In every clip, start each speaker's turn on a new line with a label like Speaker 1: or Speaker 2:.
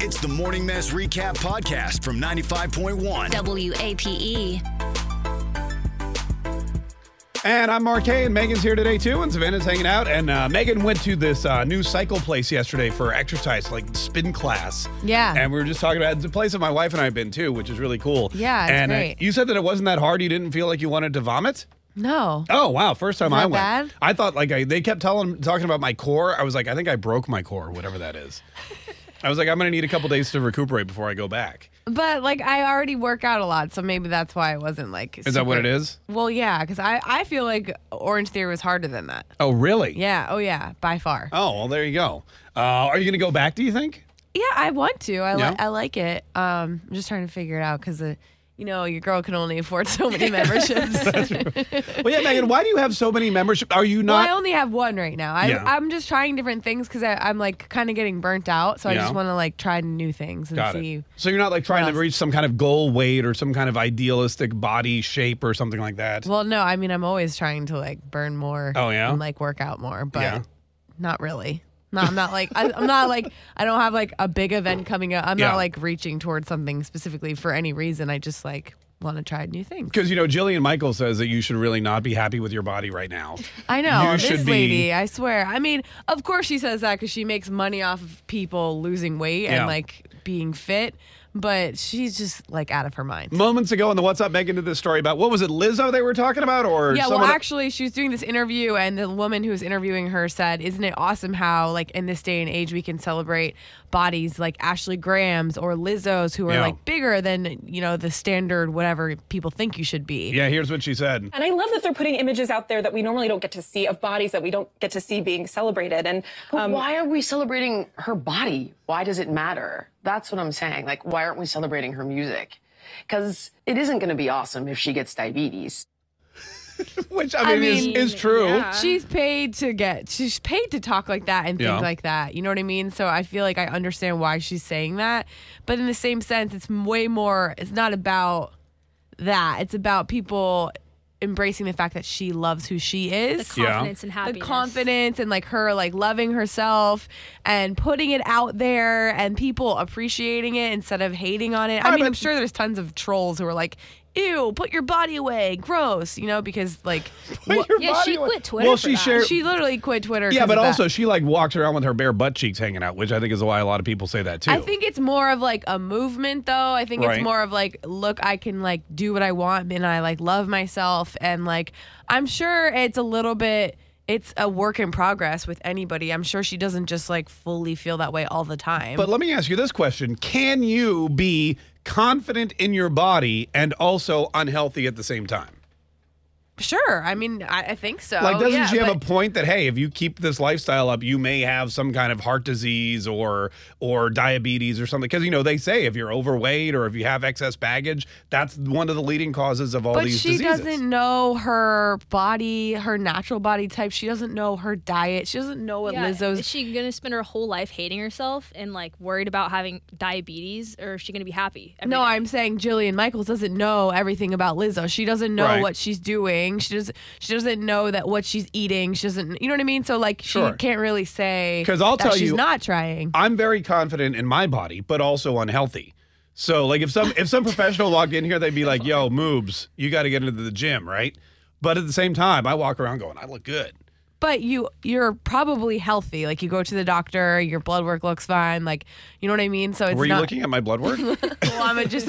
Speaker 1: It's the Morning Mess Recap Podcast from 95.1.
Speaker 2: E.
Speaker 3: WAPE.
Speaker 4: And I'm Mark Hay, and Megan's here today too, and Savannah's hanging out. And uh, Megan went to this uh, new cycle place yesterday for exercise, like spin class.
Speaker 5: Yeah.
Speaker 4: And we were just talking about it's a place that my wife and I have been too, which is really cool.
Speaker 5: Yeah, it's
Speaker 4: and uh,
Speaker 5: great.
Speaker 4: you said that it wasn't that hard. You didn't feel like you wanted to vomit.
Speaker 5: No.
Speaker 4: Oh wow! First time
Speaker 5: Is that
Speaker 4: I went,
Speaker 5: bad?
Speaker 4: I thought like I, they kept telling talking about my core. I was like, I think I broke my core, whatever that is. I was like, I'm gonna need a couple days to recuperate before I go back.
Speaker 5: But like I already work out a lot, so maybe that's why I wasn't like
Speaker 4: Is that what it is?
Speaker 5: Well, yeah, cuz I I feel like Orange Theory was harder than that.
Speaker 4: Oh really?
Speaker 5: Yeah, oh yeah, by far.
Speaker 4: Oh well, there you go. Uh, are you gonna go back? Do you think?
Speaker 5: Yeah, I want to. I
Speaker 4: Yeah?
Speaker 5: like I like it. Um I'm just trying to figure it out cuz you know, your girl can only afford so many memberships.
Speaker 4: Well, yeah, Megan, why do you have so many memberships? Are you
Speaker 5: Well, I
Speaker 4: not?
Speaker 5: only have one right now. I,
Speaker 4: Yeah.
Speaker 5: I'm just trying different things because I'm like kind of getting burnt out. So I
Speaker 4: Yeah.
Speaker 5: just want to like try new things and
Speaker 4: Got
Speaker 5: see.
Speaker 4: it. So you're not like trying to
Speaker 5: else?
Speaker 4: reach some kind of goal weight or some kind of idealistic body shape or something like that.
Speaker 5: Well, no, I mean I'm always trying to like burn more.
Speaker 4: Oh, yeah?
Speaker 5: and like work out more, but
Speaker 4: Yeah.
Speaker 5: not really. No, I'm not like I, I'm not like I don't have like a big event coming up. I'm
Speaker 4: Yeah.
Speaker 5: not like reaching towards something specifically for any reason. I just like want to try new things.
Speaker 4: Because you know, Jillian Michael says that you should really not be happy with your body right now.
Speaker 5: I know
Speaker 4: You
Speaker 5: this
Speaker 4: should be-
Speaker 5: lady. I swear. I mean, of course she says that because she makes money off of people losing weight
Speaker 4: Yeah.
Speaker 5: and like being fit, but she's just like out of her mind.
Speaker 4: Moments ago on the What's Up, Megan did this story about what was it, Lizzo they were talking about, or
Speaker 5: Yeah, well,
Speaker 4: someone-
Speaker 5: actually, she was doing this interview, and the woman who was interviewing her said, "Isn't it awesome how, like, in this day and age, we can celebrate bodies like Ashley Graham's or Lizzo's, who are
Speaker 4: Yeah.
Speaker 5: like bigger than you know the standard whatever people think you should be."
Speaker 4: yeah, here's what she said.
Speaker 6: And I love that they're putting images out there that we normally don't get to see of bodies that we don't get to see being celebrated. And um,
Speaker 7: why are we celebrating her body? Why does it matter? That's what I'm saying. Like, why aren't we celebrating her music? Because it isn't going to be awesome if she gets diabetes.
Speaker 4: Which I mean,
Speaker 5: mean,
Speaker 4: is, is true.
Speaker 5: She's paid to get, she's paid to talk like that and
Speaker 4: Yeah.
Speaker 5: think like that. You know what I mean? So I feel like I understand why she's saying that. But in the same sense, it's way more, it's not about that. It's about people embracing the fact that she loves who she is.
Speaker 4: Yeah.
Speaker 8: confidence and
Speaker 5: The
Speaker 8: happiness.
Speaker 5: confidence and like her like loving herself and putting it out there and people appreciating it instead of hating on it. I
Speaker 4: Alright,
Speaker 5: mean,
Speaker 4: but-
Speaker 5: I'm sure there's tons of trolls who are like, "Ew, put your body away, gross," you know, because like
Speaker 4: But your
Speaker 8: Yeah,
Speaker 4: body
Speaker 8: she
Speaker 4: was-
Speaker 8: quit Twitter
Speaker 4: Well,
Speaker 8: for
Speaker 4: she
Speaker 8: that.
Speaker 4: shared.
Speaker 5: she literally quit Twitter.
Speaker 4: yeah,
Speaker 5: 'cause
Speaker 4: but
Speaker 5: of that.
Speaker 4: also she like walks around with her bare butt cheeks hanging out, which I think is why a lot of people say that too.
Speaker 5: I think it's more of like a movement, though. I think
Speaker 4: Right.
Speaker 5: it's more of like, look, I can like do what I want, and I like love myself, and like I'm sure it's a little bit. It's a work in progress with anybody. I'm sure she doesn't just like fully feel that way all the time.
Speaker 4: But let me ask you this question: Can you be confident in your body and also unhealthy at the same time?
Speaker 5: sure, I mean, I, I think so.
Speaker 4: Like, doesn't
Speaker 5: Oh, yeah,
Speaker 4: she have
Speaker 5: but-
Speaker 4: a point that hey, if you keep this lifestyle up, you may have some kind of heart disease or or diabetes or something? Because you know they say if you're overweight or if you have excess baggage, that's one of the leading causes of all
Speaker 5: But
Speaker 4: these
Speaker 5: she
Speaker 4: diseases.
Speaker 5: doesn't know her body, her natural body type. She doesn't know her diet. She doesn't know what
Speaker 8: Yeah,
Speaker 5: Lizzo's
Speaker 8: Is she gonna spend her whole life hating herself and like worried about having diabetes, or is she gonna be happy? every
Speaker 5: No,
Speaker 8: day?
Speaker 5: I'm saying Jillian Michaels doesn't know everything about Lizzo. She doesn't know
Speaker 4: Right.
Speaker 5: what she's doing. She doesn't. She doesn't know that what she's eating. She doesn't. You know what I mean? So like,
Speaker 4: Sure.
Speaker 5: she can't really say
Speaker 4: 'Cause I'll
Speaker 5: that
Speaker 4: tell
Speaker 5: she's
Speaker 4: you-
Speaker 5: not trying.
Speaker 4: I'm very confident in my body, but also unhealthy. So like if some if some professional walked in here, they'd be like, "Yo, moobs, you got to get into the gym, right?" But at the same time, I walk around going, "I look good."
Speaker 5: But you, you're probably healthy. Like you go to the doctor, your blood work looks fine. Like you know what I mean? So it's
Speaker 4: Were you
Speaker 5: not.
Speaker 4: looking at my blood work? oh,
Speaker 5: well, I'm just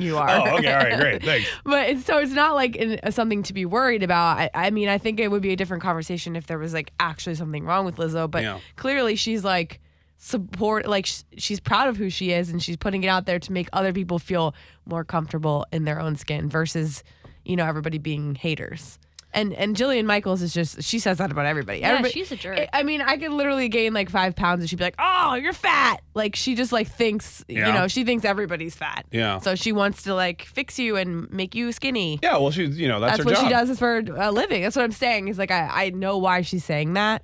Speaker 5: you are.
Speaker 4: okay, all right, great, thanks.
Speaker 5: But it's, so it's not like in, uh, something to be worried about. I, I mean, I think it would be a different conversation if there was like actually something wrong with Lizzo. But
Speaker 4: Yeah.
Speaker 5: clearly, she's like support, like sh- she's proud of who she is, and she's putting it out there to make other people feel more comfortable in their own skin versus, you know, everybody being haters. And and Jillian Michaels is just she says that about everybody. Everybody-
Speaker 8: she's a jerk.
Speaker 5: I- I mean, I could literally gain like five pounds and she'd be like, "Oh, you're fat." Like she just like thinks,
Speaker 4: Yeah.
Speaker 5: you know, she thinks everybody's fat.
Speaker 4: Yeah.
Speaker 5: So she wants to like fix you and make you skinny.
Speaker 4: Yeah, well, she's you know that's,
Speaker 5: That's,
Speaker 4: her
Speaker 5: what
Speaker 4: job.
Speaker 5: she does for a living. That's what I'm saying. Is like I I know why she's saying that,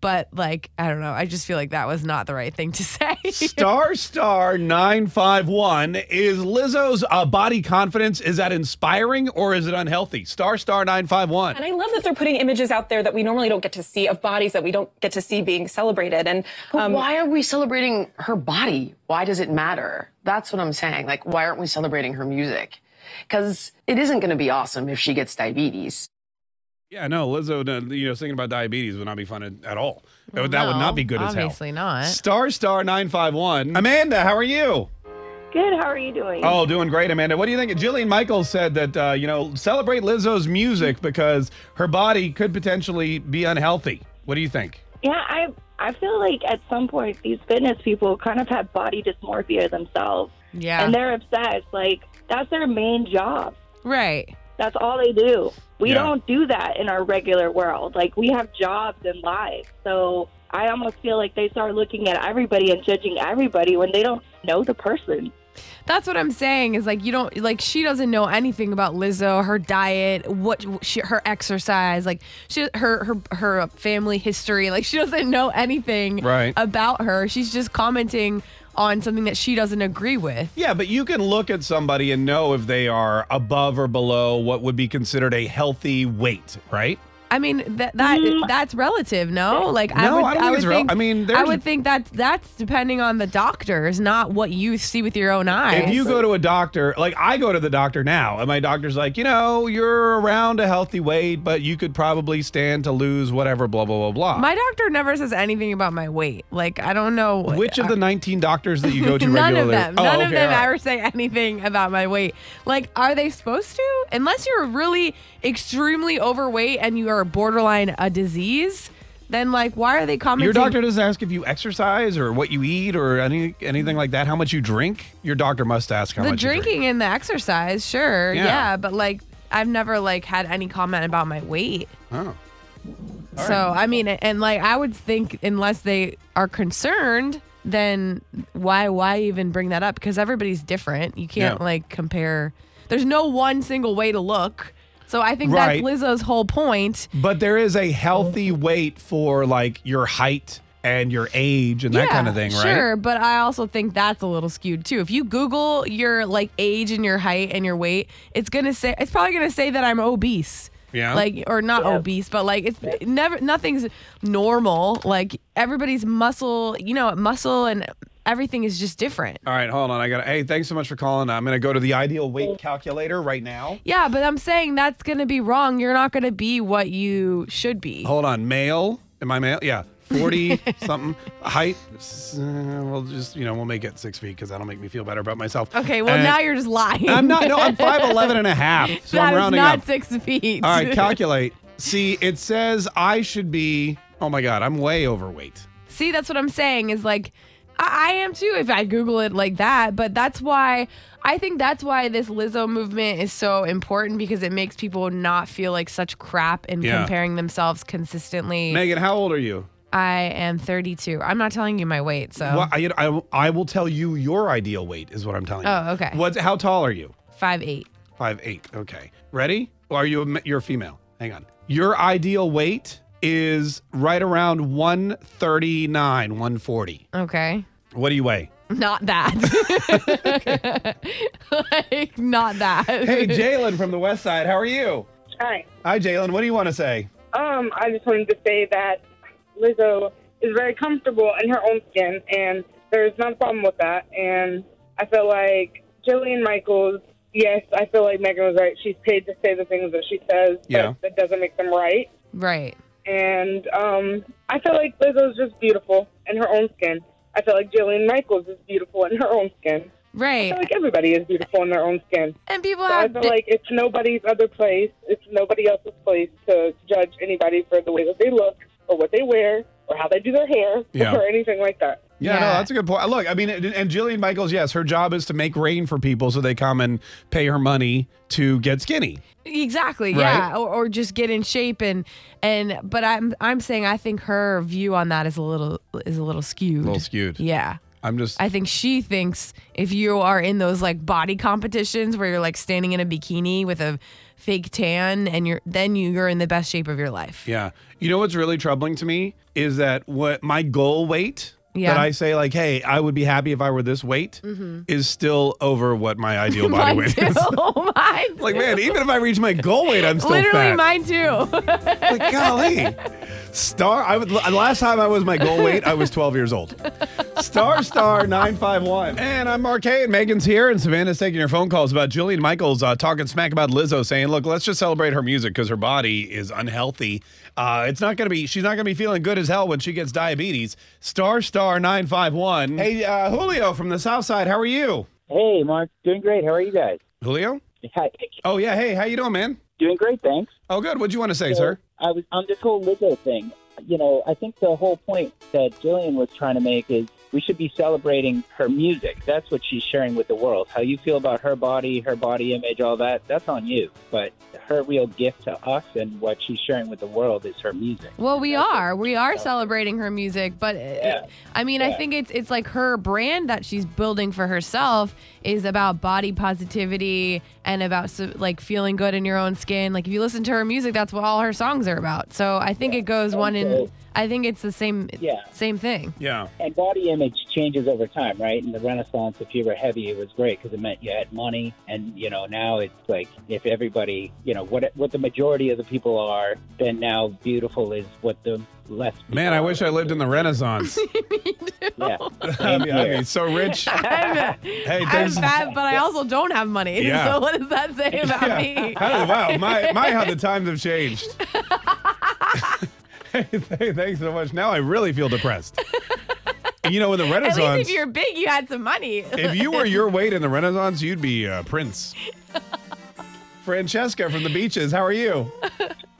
Speaker 5: but like I don't know. I just feel like that was not the right thing to say.
Speaker 4: Star Star 951 is Lizzo's uh, body confidence is that inspiring or is it unhealthy? Star Star 951.
Speaker 6: And I love that they're putting images out there that we normally don't get to see of bodies that we don't get to see being celebrated. And
Speaker 7: But why are we celebrating her body? Why does it matter? That's what I'm saying. Like, why aren't we celebrating her music? Because it isn't going to be awesome if she gets diabetes.
Speaker 4: Yeah, no, Lizzo, uh, you know, singing about diabetes would not be fun at all. That would- that would
Speaker 5: No,
Speaker 4: not be good as hell.
Speaker 5: obviously not.
Speaker 4: Star Star 951. Amanda, how are you?
Speaker 3: Good. How are you doing?
Speaker 4: Oh, doing great, Amanda. What do you think? Jillian Michaels said that, uh, you know, celebrate Lizzo's music because her body could potentially be unhealthy. What do you think?
Speaker 3: Yeah, I I feel like at some point these fitness people kind of have body dysmorphia themselves,
Speaker 5: yeah.
Speaker 3: and they're obsessed. Like that's their main job.
Speaker 5: Right.
Speaker 3: That's all they do. We
Speaker 4: Yeah.
Speaker 3: don't do that in our regular world. Like we have jobs and lives. So I almost feel like they start looking at everybody and judging everybody when they don't know the person.
Speaker 5: That's what I'm saying is like you don't like she doesn't know anything about Lizzo, her diet, what she, her exercise, like she her her her family history, like she doesn't know anything
Speaker 4: Right.
Speaker 5: about her. She's just commenting on something that she doesn't agree with.
Speaker 4: Yeah, but you can look at somebody and know if they are above or below what would be considered a healthy weight, right?
Speaker 5: I mean that that that's relative, no? Like I
Speaker 4: No,
Speaker 5: would
Speaker 4: I don't think it's
Speaker 5: would
Speaker 4: rel-
Speaker 5: think
Speaker 4: I mean,
Speaker 5: I
Speaker 4: there's-
Speaker 5: would think that that's depending on the doctors, not what you see with your own eyes.
Speaker 4: If you go to a doctor, like I go to the doctor now, and my doctor's like, you know, you're around a healthy weight, but you could probably stand to lose whatever, blah, blah, blah, blah.
Speaker 5: my doctor never says anything about my weight. Like I don't know
Speaker 4: Which of the 19 doctors that you go to
Speaker 5: None
Speaker 4: regularly?
Speaker 5: of them.
Speaker 4: Oh,
Speaker 5: None of
Speaker 4: okay,
Speaker 5: them
Speaker 4: all right.
Speaker 5: ever say anything about my weight. Like, are they supposed to? Unless you're really extremely overweight and you are borderline a disease, then like, why are they commenting?
Speaker 4: Your doctor doesn't ask if you exercise or what you eat or any anything like that. How much you drink? Your doctor must ask how
Speaker 5: the
Speaker 4: much. you drink.
Speaker 5: drinking and the exercise, sure,
Speaker 4: Yeah.
Speaker 5: yeah. but like, I've never like had any comment about my weight.
Speaker 4: Oh.
Speaker 5: so I mean, and like, I would think unless they are concerned. Then why why even bring that up? Because everybody's different. You can't
Speaker 4: Yeah.
Speaker 5: like compare. There's no one single way to look. So I think
Speaker 4: Right.
Speaker 5: that's Lizzo's whole point.
Speaker 4: But there is a healthy weight for like your height and your age and that
Speaker 5: Yeah,
Speaker 4: kind of thing, right?
Speaker 5: Sure, but I also think that's a little skewed too. If you Google your like age and your height and your weight, it's gonna say it's probably gonna say that I'm obese.
Speaker 4: Yeah.
Speaker 5: Like or not obese, but like it's never nothing's normal. Like everybody's muscle, you know, muscle and everything is just different.
Speaker 4: All right, hold on. I got. Hey, thanks so much for calling. I'm gonna go to the ideal weight calculator right now.
Speaker 5: Yeah, but I'm saying that's gonna be wrong. You're not gonna be what you should be.
Speaker 4: Hold on, male. Am I male? Yeah, forty something height. S- uh, we'll just you know we'll make it six feet because that'll make me feel better about myself.
Speaker 5: Okay, well
Speaker 4: And
Speaker 5: now you're just lying.
Speaker 4: I'm not. No, I'm five eleven and a half. So
Speaker 5: That
Speaker 4: I'm
Speaker 5: is
Speaker 4: rounding
Speaker 5: not
Speaker 4: up.
Speaker 5: six feet.
Speaker 4: All right, calculate. See, it says I should be. Oh my God, I'm way overweight.
Speaker 5: See, that's what I'm saying is like, I, I am too if I Google it like that. But that's why I think that's why this Lizzo movement is so important because it makes people not feel like such crap in
Speaker 4: Yeah.
Speaker 5: comparing themselves consistently.
Speaker 4: Megan, how old are you?
Speaker 5: I am 32. I'm not telling you my weight, so
Speaker 4: Well, I, I, I will tell you your ideal weight is what I'm telling you.
Speaker 5: Oh, okay.
Speaker 4: What's how tall are you?
Speaker 5: five eight.
Speaker 4: Five eight. Okay. Ready? Or are you a, ma- you're a female? Hang on. Your ideal weight is right around 139, 140.
Speaker 5: Okay,
Speaker 4: What do you weigh?
Speaker 5: not that. like not that.
Speaker 4: Hey, Jalen from the West Side. How are you?
Speaker 9: Hi.
Speaker 4: Hi, Jalen. What do you want to say?
Speaker 9: Um, I just wanted to say that Lizzo is very comfortable in her own skin, and there's not a problem with that. And I feel like Jillian Michaels, yes, I feel like Megan was right. She's paid to say the things that she says,
Speaker 4: Yeah.
Speaker 9: but that doesn't make them right.
Speaker 5: right.
Speaker 9: And um, I feel like Lizzo's just beautiful in her own skin. I feel like Jillian Michaels is beautiful in her own skin. I
Speaker 5: Right.
Speaker 9: feel like everybody is beautiful in their own skin.
Speaker 5: And people
Speaker 9: So I
Speaker 5: have
Speaker 9: feel
Speaker 5: di-
Speaker 9: like it's nobody's other place. It's nobody else's place to judge anybody for the way that they look or what they wear or how they do their hair
Speaker 4: Yeah.
Speaker 9: or anything like that.
Speaker 4: Yeah, no,
Speaker 5: Yeah.
Speaker 4: that's a good point. Look, I mean, and and Jillian Michaels, yes, her job is to make rain for people so they come and pay her money to get skinny.
Speaker 5: Exactly.
Speaker 4: Right?
Speaker 5: Yeah. Or, or just get in shape and and but I'm I'm saying I think her view on that is a little is a little skewed.
Speaker 4: A little skewed.
Speaker 5: Yeah.
Speaker 4: I'm just,
Speaker 5: I think she thinks if you are in those like body competitions where you're like standing in a bikini with a fake tan and you're then you, you're in the best shape of your life.
Speaker 4: yeah. You know what's really troubling to me is that what my goal weight
Speaker 5: Yeah. Mm-hmm.
Speaker 4: that I say, like, hey, I would be happy if I were this weight is still over what my ideal body
Speaker 5: Mine
Speaker 4: weight
Speaker 5: too.
Speaker 4: is.
Speaker 5: Mine.
Speaker 4: Like,
Speaker 5: too.
Speaker 4: man, even if I reach my goal weight, I'm still
Speaker 5: oh
Speaker 4: fat.
Speaker 5: Literally mine too.
Speaker 4: Like, golly. Star, I would. Last time I was my goal weight, I was 12 years old. Star Star 951. And I'm RK, and Megan's here, and Savannah's taking your phone calls about Jillian Michaels uh, talking smack about Lizzo, saying, look, let's just celebrate her music because her body is unhealthy. Uh, it's not going to be, she's not going to be feeling good as hell when she gets diabetes. Star Star 951. Hey, uh, Julio from the South Side, how are you?
Speaker 10: Hey, Mark, doing great. How are you guys?
Speaker 4: Julio?
Speaker 10: Hi.
Speaker 4: Oh, yeah. Hey, how you doing, man?
Speaker 10: Doing great, thanks.
Speaker 4: Oh, good. What'd you want to say,
Speaker 10: So,
Speaker 4: sir?
Speaker 10: I was on this whole Lizzo thing. You know, I think the whole point that Jillian was trying to make is we should be celebrating her music. That's what she's sharing with the world. How you feel about her body, her body image, all that, that's on you. But her real gift to us and what she's sharing with the world is her music.
Speaker 5: Well, we
Speaker 10: That's it.
Speaker 5: are. We are celebrating her music, but uh, I mean, I
Speaker 10: Yeah.
Speaker 5: think it's it's like her brand that she's building for herself is about body positivity and about so, like feeling good in your own skin. Like if you listen to her music, that's what all her songs are about. So I think it goes one in.
Speaker 10: Okay.
Speaker 5: I think it's the same
Speaker 10: Yeah.
Speaker 5: same thing.
Speaker 4: Yeah.
Speaker 10: and body image changes over time, right? In the Renaissance, if you were heavy, it was great because it meant you had money, and you know now it's like if everybody, you know, what what the majority of the people are, then now beautiful is what the less.
Speaker 4: Man, I wish I lived in the Renaissance.
Speaker 10: Yeah,
Speaker 4: I'd be, I'd be so rich.
Speaker 5: I'm,
Speaker 4: Hey,
Speaker 5: I'm
Speaker 4: thanks.
Speaker 5: fat, but I also don't have money.
Speaker 4: Yeah.
Speaker 5: So what does that say about
Speaker 4: Yeah.
Speaker 5: me?
Speaker 4: How did- wow, my, my how the times have changed. hey, th- thanks so much. Now I really feel depressed. you know, in the
Speaker 5: At
Speaker 4: Renaissance,
Speaker 5: least if you're big, you had some money.
Speaker 4: if you were your weight in the Renaissance, you'd be uh, Prince. Francesca from the beaches, how are you?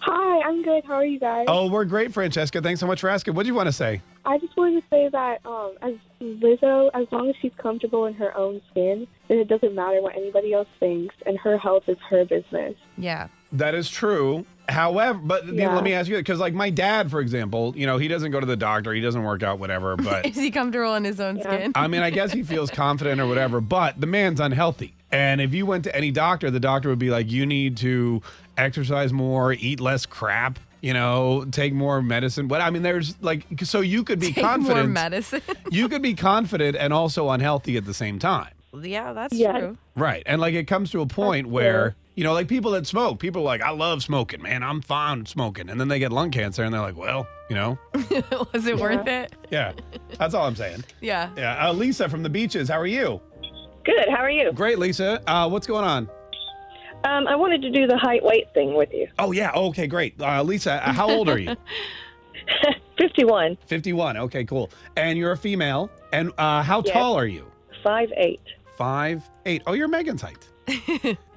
Speaker 9: Hi, I'm good. How are you guys?
Speaker 4: Oh, we're great, Francesca. Thanks so much for asking. What do you want to say?
Speaker 9: I just wanted to say that um, as Lizzo, as long as she's comfortable in her own skin, then it doesn't matter what anybody else thinks, and her health is her business.
Speaker 5: yeah.
Speaker 4: That is true. However, but you know,
Speaker 9: Yeah.
Speaker 4: let me ask you because, like, my dad, for example, you know, he doesn't go to the doctor, he doesn't work out, whatever. But
Speaker 5: Is he comfortable in his own skin?
Speaker 4: I mean, I guess he feels confident or whatever, but the man's unhealthy. And if you went to any doctor, the doctor would be like, you need to exercise more, eat less crap, you know, take more medicine. But I mean, there's like, so you could be
Speaker 5: Take more
Speaker 4: confident.
Speaker 5: medicine.
Speaker 4: you could be confident and also unhealthy at the same time.
Speaker 5: yeah, that's
Speaker 9: Yes.
Speaker 5: true.
Speaker 4: Right. And like, it comes to a point where, you know, like people that smoke, people are like, I love smoking, man. I'm fine smoking. And then they get lung cancer and they're like, well, you know,
Speaker 5: Was it worth it?
Speaker 4: yeah, that's all I'm saying.
Speaker 5: Yeah.
Speaker 4: Yeah. Uh, Lisa from the beaches, how are you?
Speaker 9: Good. How are you?
Speaker 4: Great, Lisa. Uh, what's going on?
Speaker 9: Um, I wanted to do the height weight thing with you.
Speaker 4: Oh yeah. Okay, great. Uh, Lisa, uh, how old are you?
Speaker 9: 51,
Speaker 4: 51. Okay, cool. And you're a female. And uh, how
Speaker 9: Yes.
Speaker 4: tall are you?
Speaker 9: 5'8.
Speaker 4: Five eight. Oh, you're Megan's height.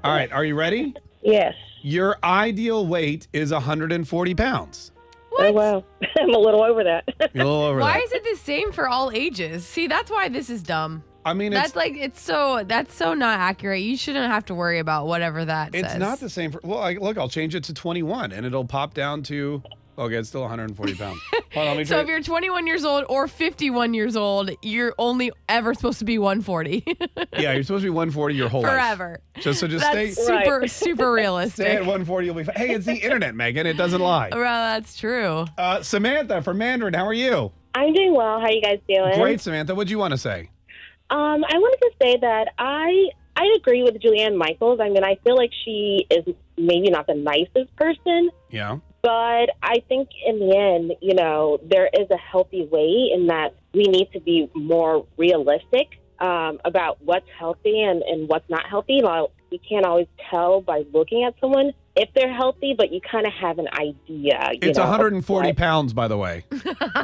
Speaker 4: All right. Are you ready?
Speaker 9: Yes.
Speaker 4: Your ideal weight is 140 pounds.
Speaker 9: Oh, wow. I'm a little over that.
Speaker 4: You're a little over
Speaker 5: Why
Speaker 4: that.
Speaker 5: is it the same for all ages? See, that's why this is dumb.
Speaker 4: I mean, it's
Speaker 5: That's like it's so that's so not accurate. You shouldn't have to worry about whatever that
Speaker 4: it's
Speaker 5: says.
Speaker 4: not the same. For, well, I, look, I'll change it to 21, and it'll pop down to. Okay, it's still 140 pounds. Hold on, let me
Speaker 5: so
Speaker 4: try-
Speaker 5: if you're 21 years old or 51 years old, you're only ever supposed to be 140
Speaker 4: yeah, you're supposed to be 140 your whole life.
Speaker 5: forever.
Speaker 4: Just so just
Speaker 5: That's
Speaker 4: stay
Speaker 9: Right.
Speaker 5: super super realistic.
Speaker 4: stay at 140. You'll be fine. Hey, it's the internet, Megan. It doesn't lie.
Speaker 5: Well, that's true.
Speaker 4: Uh, Samantha from Mandarin, how are you?
Speaker 9: I'm doing well. How you guys doing?
Speaker 4: Great, Samantha. What do you want to say?
Speaker 9: Um, I wanted to say that I I agree with Julianne Michaels. I mean, I feel like she is maybe not the nicest person,
Speaker 4: Yeah.
Speaker 9: but I think in the end, you know, there is a healthy way in that we need to be more realistic um, about what's healthy and, and what's not healthy. Like, you can't always tell by looking at someone if they're healthy, but you kind of have an idea. You
Speaker 4: It's
Speaker 9: know, of
Speaker 4: 140
Speaker 9: what-
Speaker 4: pounds, by the way.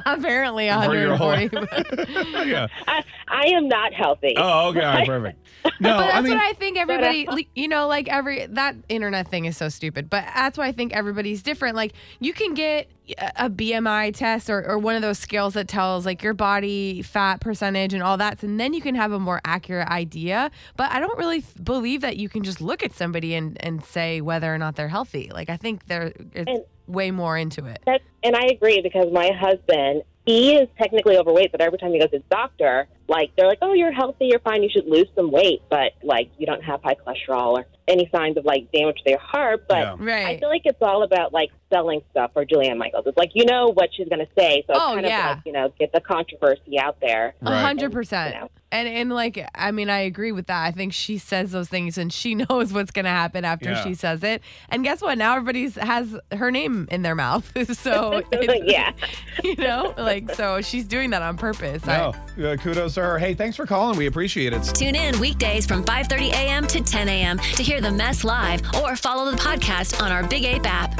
Speaker 5: Apparently
Speaker 4: For your whole-
Speaker 5: 140.
Speaker 4: yeah.
Speaker 9: I, I am not healthy.
Speaker 4: Oh, okay. All right, perfect. No,
Speaker 5: but that's
Speaker 4: I mean,
Speaker 5: what I think everybody, like, you know, like every that internet thing is so stupid. But that's why I think everybody's different. Like you can get a a BMI test or, or one of those scales that tells like your body fat percentage and all that, and then you can have a more accurate idea. But I don't really th- believe that you can just look at somebody and and say whether or not they're healthy. Like I think they're it's way more into it.
Speaker 11: That, and I agree because my husband, he is technically overweight, but every time he goes to the doctor, like they're like, "Oh, you're healthy, you're fine, you should lose some weight, but like you don't have high cholesterol or any signs of like damage to your heart." But
Speaker 5: Yeah. Right.
Speaker 11: I feel like it's all about like selling stuff for Julianne Michaels. It's like you know what she's going to say, so it's
Speaker 5: Oh,
Speaker 11: kind
Speaker 5: yeah.
Speaker 11: of like you know get the controversy out there.
Speaker 5: A hundred percent. And and like I mean, I agree with that. I think she says those things and she knows what's gonna happen after
Speaker 11: Yeah.
Speaker 5: she says it. And guess what? Now everybody's has her name in their mouth. so
Speaker 11: Yeah.
Speaker 5: You know? Like so she's doing that on purpose.
Speaker 4: No, uh, kudos to her. Hey, thanks for calling. We appreciate it.
Speaker 2: Tune in weekdays from 5:30 a.m. to 10 a.m. to hear the mess live or follow the podcast on our Big Ape app.